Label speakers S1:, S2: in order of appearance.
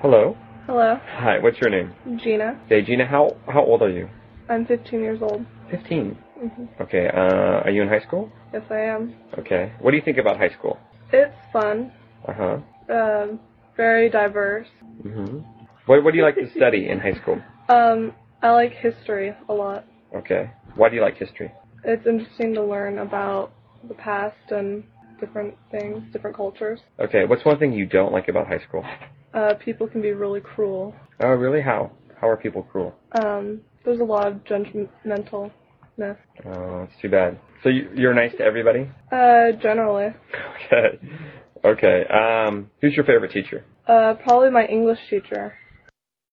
S1: Hello.
S2: Hello,
S1: Hi, what's your name?
S2: Gina.
S1: Hey, Gina, how, how old are you?
S2: I'm 15 years old.
S1: 15.
S2: hmm
S1: Okay, uh, are you in high school?
S2: Yes, I am.
S1: Okay. What do you think about high school?
S2: It's fun.
S1: Uh-huh.
S2: Um, very diverse.
S1: hmm What, what do you like to study in high school?
S2: Um, I like history a lot.
S1: Okay. Why do you like history?
S2: It's interesting to learn about the past and different things, different cultures.
S1: Okay, what's one thing you don't like about high school?
S2: Uh, people can be really cruel.
S1: Oh, really? How? How are people cruel?
S2: Um, there's a lot of judgmentalness.
S1: Oh, it's too bad. So you, you're nice to everybody?
S2: Uh, generally.
S1: Okay. Okay. Um, who's your favorite teacher?
S2: Uh, probably my English teacher.